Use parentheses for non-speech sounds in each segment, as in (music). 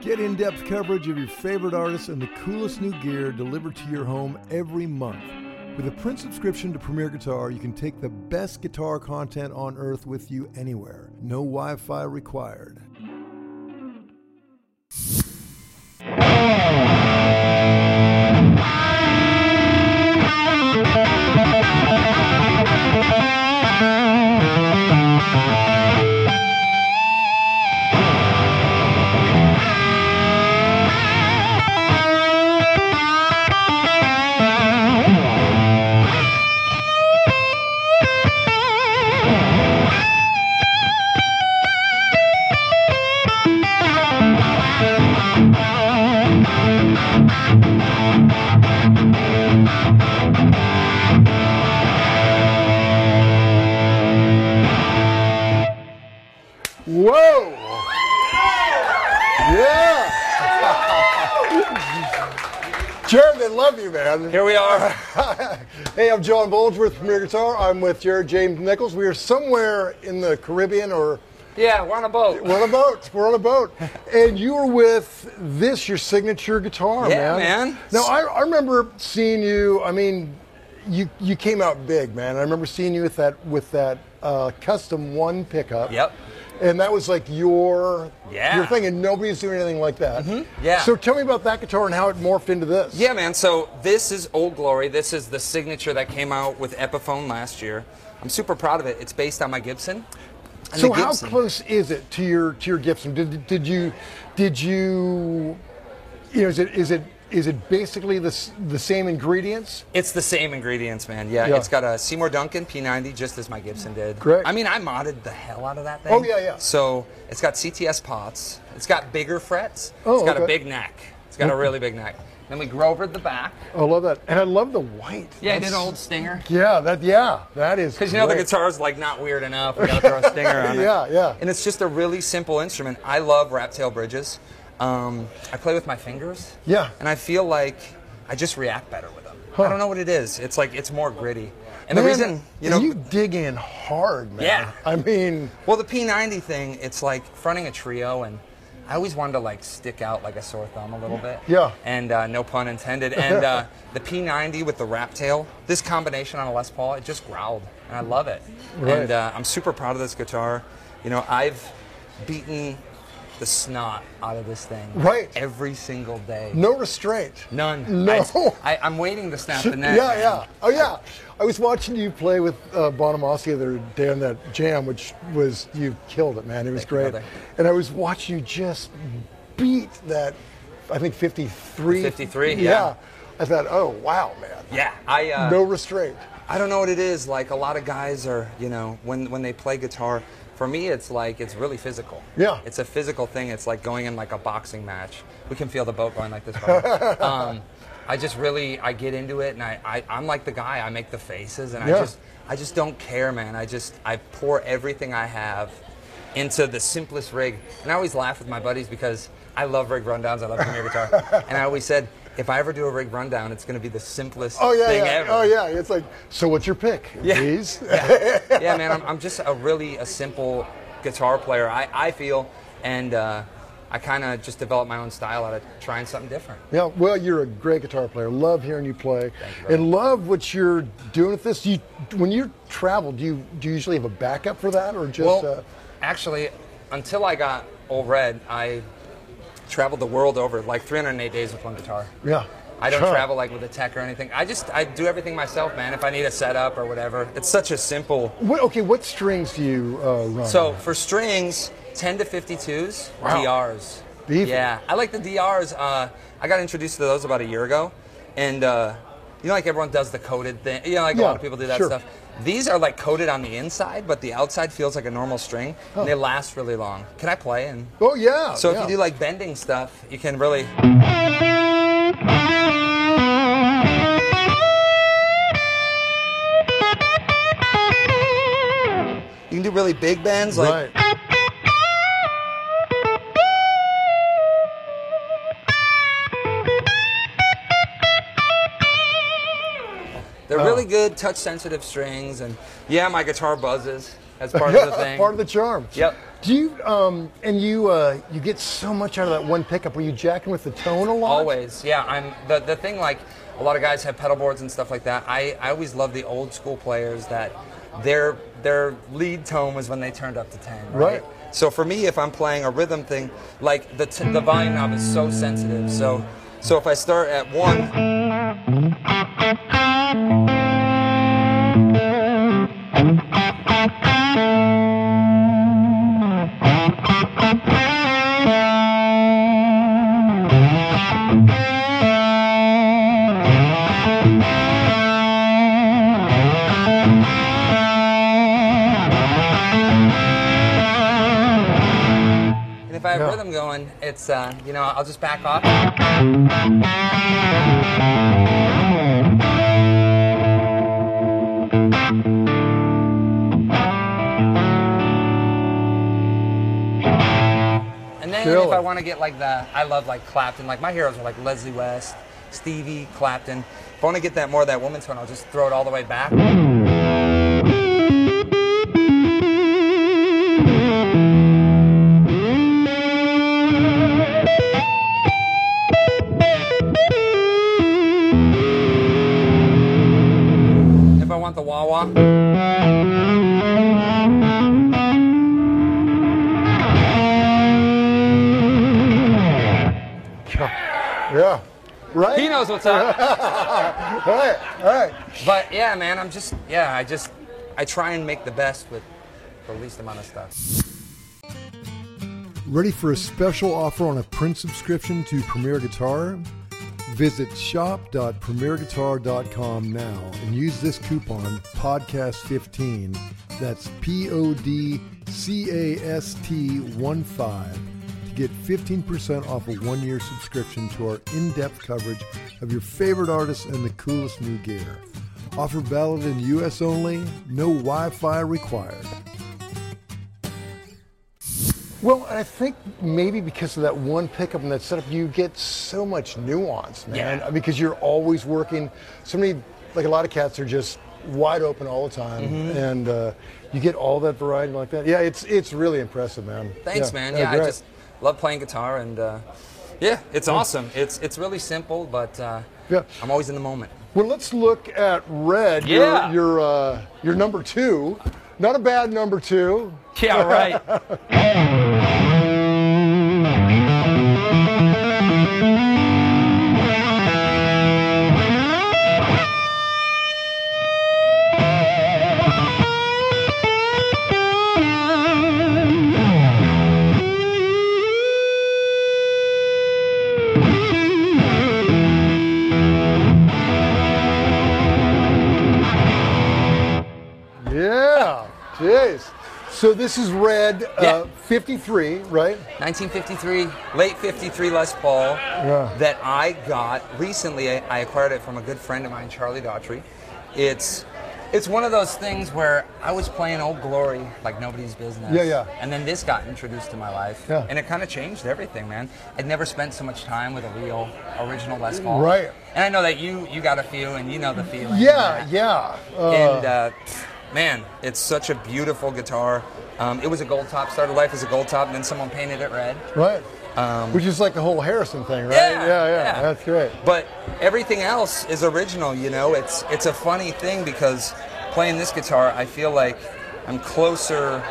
Get in depth coverage of your favorite artists and the coolest new gear delivered to your home every month. With a print subscription to Premier Guitar, you can take the best guitar content on earth with you anywhere. No Wi Fi required. Whoa! (laughs) Yeah! Jared, they love you, man. (laughs) Here we are. hey, I'm John Bulge with Premier Guitar. I'm with Jared James Nichols. We are somewhere in the Caribbean or Yeah, we're on a boat. we're on a boat. We're on a boat. And you were with this, your signature guitar, Yeah, man. man. Now, I, I remember seeing you, I mean, you, you came out big, man. I remember seeing you with that, with that uh, custom one pickup. Yep. And that was like your, Yeah. Mm-hmm. your thing, and nobody's doing anything like that. Yeah. So tell me about that guitar and how it morphed into this. Yeah, man. So this is Old Glory. This is the signature that came out with Epiphone last year. I'm super proud of it. It's based on my Gibson. And So the how Gibson- close is it to your to your Gibson? Did, did you did you you know is it is it is it basically the s- the same ingredients? It's the same ingredients, man. Yeah, Yeah. it's got a Seymour Duncan P90, just as my Gibson did. Great. I mean, I modded the hell out of that thing. Oh, yeah, yeah. So it's got CTS pots. It's got bigger frets. Oh, it's got okay. a big neck. It's got a really big neck. Then we grovered the back. I love that, and I love the white. Yeah, I did an That's- old stinger. Yeah, that yeah, that is Because you know the great. guitar's like not weird enough. We gotta throw a stinger on (laughs) it. Yeah, yeah. And it's just a really simple instrument. I love wrap tail bridges. Um, I play with my fingers. Yeah. And I feel like I just react better with them. I don't know what it is. It's like it's more gritty. And the Man, reason you know, you dig in hard, man. Yeah. I mean, well, the P90 thing, it's like fronting a trio, and I always wanted to like stick out like a sore thumb a little bit. Yeah. And uh, no pun intended. And uh, the P90 with the wrap tail, this combination on a Les Paul, it just growled, and I love it. Right. And uh, I'm super proud of this guitar. You know, I've beaten the snot out of this thing Right. every single day. no restraint. None. No. I, I, am waiting to snap the (laughs) neck. Yeah, man. yeah. Oh, yeah. I was watching you play with uh, Bonamassa the other day on that jam, which was, you killed it, man. It was Thank you, great. brother. and I was watching you just beat that, I think 53. 53, yeah. I thought, oh, wow, man. Yeah. I, uh, No restraint. I don't know what it is. Like a lot of guys are, you know, when when they play guitar, for me it's like it's really physical. Yeah. It's a physical thing. It's like going in like a boxing match. We can feel the boat going like this. (laughs) brother. um, I just really I get into it and I, I I'm like the guy. I make the faces and Yeah. I just I just don't care, man. I just I pour everything I have into the simplest rig. And I always laugh with my buddies because I love rig rundowns. I love (laughs) premier guitar. and I always said if I ever do a rig rundown, it's going to be the simplest Oh, yeah. thing yeah. ever. Oh, yeah. It's like, so what's your pick? (laughs) Yeah. (laughs) These? yeah, man, I'm, I'm just a really a simple guitar player. I, I feel, and uh, I kind of just developed my own style out of trying something different. Yeah, well, you're a great guitar player. Love hearing you play, and love what you're doing with this. You, when you travel, do you do you usually have a backup for that, or just? Well, uh, actually, until I got Old Red, I traveled the world over like 308 days with one guitar. yeah. I don't Huh. travel like with a tech or anything. I just I do everything myself, man. If I need a setup or whatever, it's such a simple. What, okay, what strings do you uh, run? So for strings, 10 to 52s, Wow. DRs. Beefy. Yeah, I like the DRs. Uh, I got introduced to those about a year ago, and uh, you know, like everyone does the coated thing. You know, like Yeah, a lot of people do that sure. stuff. These are like coated on the inside, but the outside feels like a normal string, and they last really long. Can I play? And oh yeah. so Oh. yeah. if you do like bending stuff, you can really. You can do really big bends, like right. Uh. They're really good touch sensitive strings, and yeah, my guitar buzzes. That's (laughs) part of the thing. Part of the charm. Yep. Do you um and you uh you get so much out of that one pickup? Were you jacking with the tone a lot? Always, yeah. I'm the the thing like a lot of guys have pedal boards and stuff like that. I, I always love the old school players that their their lead tone was when they turned up to ten, right? Right. So for me, if I'm playing a rhythm thing, like the t- the volume knob is so sensitive. So so if I start at one, and if I have Yeah. rhythm going, it's uh, you know I'll just back off. And then Killer. if I want to get like the, I love like Clapton. Like my heroes are like Leslie West, Stevie, Clapton. If I want to get that more of that woman tone, I'll just throw it all the way back. If I want the wah wah, Yeah. Right? he knows what's up. All right, all right. But yeah, man, I'm just yeah, I just I try and make the best with the least amount of stuff. Ready for a special offer on a print subscription to Premier Guitar? Visit shop.premierguitar.com now and use this coupon podcast15. That's P O D C A S T 1 5 to get 15% off a one year subscription to our in depth coverage of your favorite artists and the coolest new gear. Offer valid in US only, no Wi Fi required. Well, and I think maybe because of that one pickup and that setup, you get so much nuance, man. Yeah. Because you're always working. So many, like a lot of cats, are just wide open all the time, Mm-hmm. and uh, you get all that variety like that. Yeah, it's it's really impressive, man. Thanks, Yeah. man. Yeah, I great. just love playing guitar and uh, yeah, it's awesome. It's it's really simple, but uh, Yeah. I'm always in the moment. Well, let's look at red. Yeah. Your your, uh, your number two, not a bad number two. Yeah, right. Yeah. Jeez. So this is red Yeah. uh, 53, right? 1953, late 53 Les Paul that I got recently. I, I acquired it from a good friend of mine, Charlie Daughtry. It's it's one of those things where I was playing Old Glory like nobody's business. Yeah, yeah. And then this got introduced to my life, Yeah. and it kind of changed everything, man. I'd never spent so much time with a real original Les Paul. Right. And I know that you you got a few, and you know the feeling. Yeah, yeah. Uh, And uh, man, it's such a beautiful guitar. Um, it was a gold top. Started life as a gold top, and then someone painted it red. right. Which is like the whole Harrison thing, right? Um, Yeah, yeah. yeah. That's great. But everything else is original, you know. It's it's a funny thing because playing this guitar, I feel like I'm closer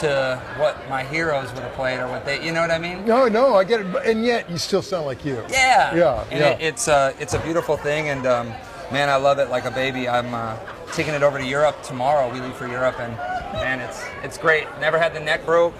to what my heroes would have played or what they, you know what I mean? No, no, I get it. but- And yet, you still sound like you. Yeah. Yeah, And yeah. It, it's a it's a beautiful thing, and um, man, I love it like a baby. I'm uh, taking it over to Europe tomorrow. We leave for Europe, and man, it's it's great. Never had the neck broke.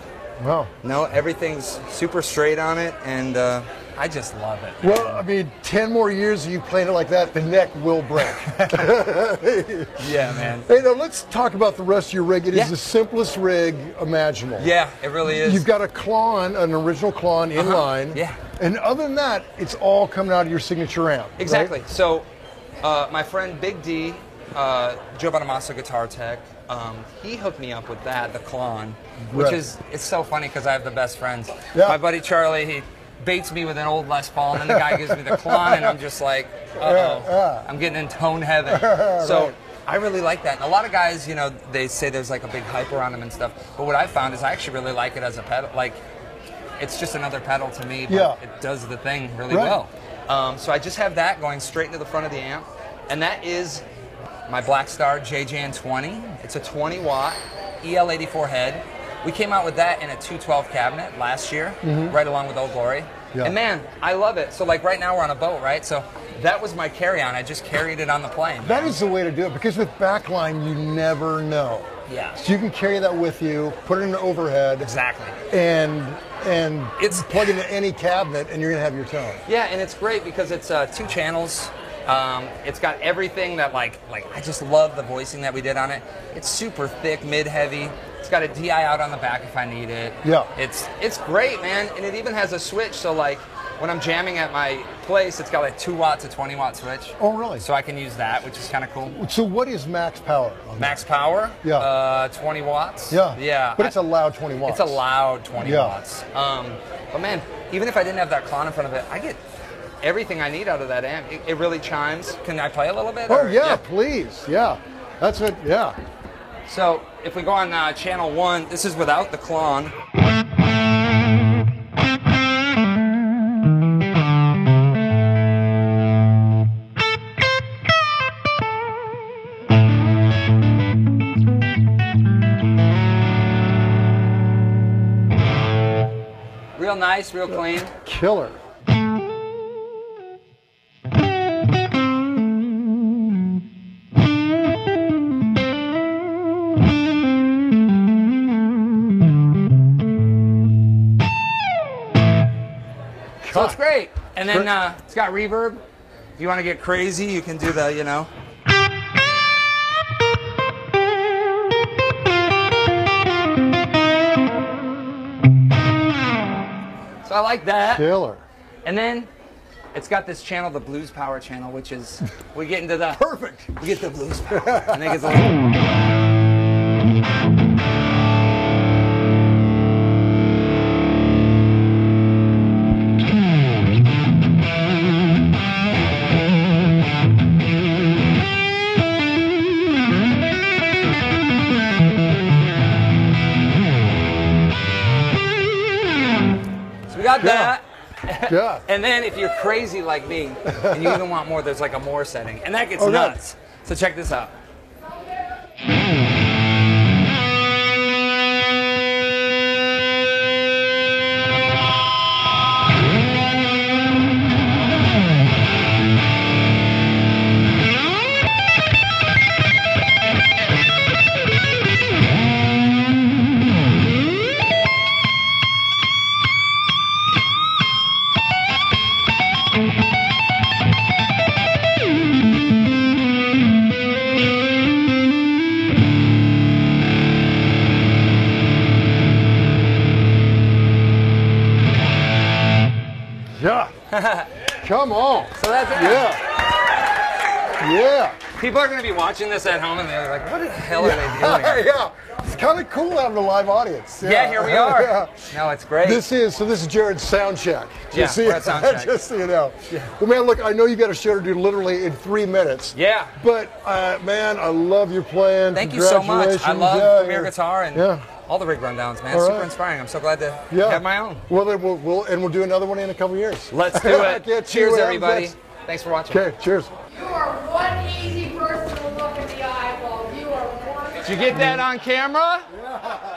Wow. No, everything's super straight on it, and uh, I just love it. Well, I mean, 10 more years of you playing it like that, the neck will break. (laughs) Yeah, man. hey, now let's talk about the rest of your rig. It is Yeah. the simplest rig imaginable. Yeah, it really is. Uh-huh. You've got a Klon, an original Klon in line. yeah. And other than that, it's all coming out of your signature amp. right? Exactly. So, uh, my friend Big D, uh, Joe Bonamassa Guitar Tech, um, he hooked me up with that, the Klon, which Right. is it's so funny because I have the best friends. Yeah. My buddy Charlie, he baits me with an old Les Paul, and (laughs) then the guy gives me the Klon, and I'm just like, uh oh, I'm getting in tone heaven. So. I really like that. And a lot of guys, you know, they say there's like a big hype around them and stuff. But what I found is I actually really like it as a pedal. Like, it's just another pedal to me, but Yeah. it does the thing really Right. well. Um, so I just have that going straight into the front of the amp. And that is my Black Star JJN 20. It's a 20 watt EL84 head. We came out with that in a 212 cabinet last year, right along with Old Glory. Mm-hmm. Yeah. And man, I love it. So, like, right now we're on a boat, right? So, that was my carry on. I just carried it on the plane. That is the way to do it because with backline, you never know. Yeah. So you can carry that with you, put it in the overhead, Exactly. and and It's- plug into any cabinet, and you're gonna have your tone. Yeah, and it's great because it's uh, two channels. Um, it's got everything that like like I just love the voicing that we did on it. It's super thick, mid heavy. It's got a DI out on the back if I need it. Yeah. It's it's great, man. And it even has a switch, so like when I'm jamming at my place, it's got like two watt to twenty watt switch. Oh, really? So I can use that, which is kind of cool. So what is max power? On Max power. Yeah. Uh, twenty watts. that? Yeah. Yeah. But I- it's a loud 20 watts. it's a loud 20 Yeah. watts. Um, but man, even if I didn't have that clon in front of it, I get everything I need out of that amp. It, it really chimes. Can I play a little bit? Oh Or- yeah, please. Yeah. That's it. Yeah. So if we go on uh, channel one, this is without the clon. Real nice, real clean. Killer. So it's great. And then Great. uh, it's got reverb. If you want to get crazy, you can do the, you know. So I like that. (laughs) Killer. And then it's got this channel, the Blues Power channel, which is we get into the Perfect. we get the blues power. and it gets a little. So we got that. Yeah. And then if you're crazy like me and you even want more, there's like a more setting, and that gets Oh, yeah. nuts. So check this out. Yeah. Come on. So that's it. Yeah. Yeah. People are going to be watching this at home, and they're like, "What the hell (laughs) are they doing?" yeah. It's kind of cool having a live audience. yeah, here we (laughs) are. Yeah. No, it's great. This is so. This is Jared's sound check. Just Yeah, so we're (laughs) at sound check. Just so you know. Well, man, look, I know you got a show to do literally in three minutes. Yeah. But uh, man, I love your plan. Thank you so much. I Congratulations. love Yeah, Premier yeah. Guitar and Yeah. all the rig rundowns, man. All Super right. inspiring. I'm so glad to Yeah. have my own. Well, then we'll, we'll and we'll do another one in a couple years. (laughs) Let's do it. Get you Cheers, out everybody. next. Thanks for watching. Okay. Cheers. You are one easy person to look in the eyeball. You are one. Did you get that on camera?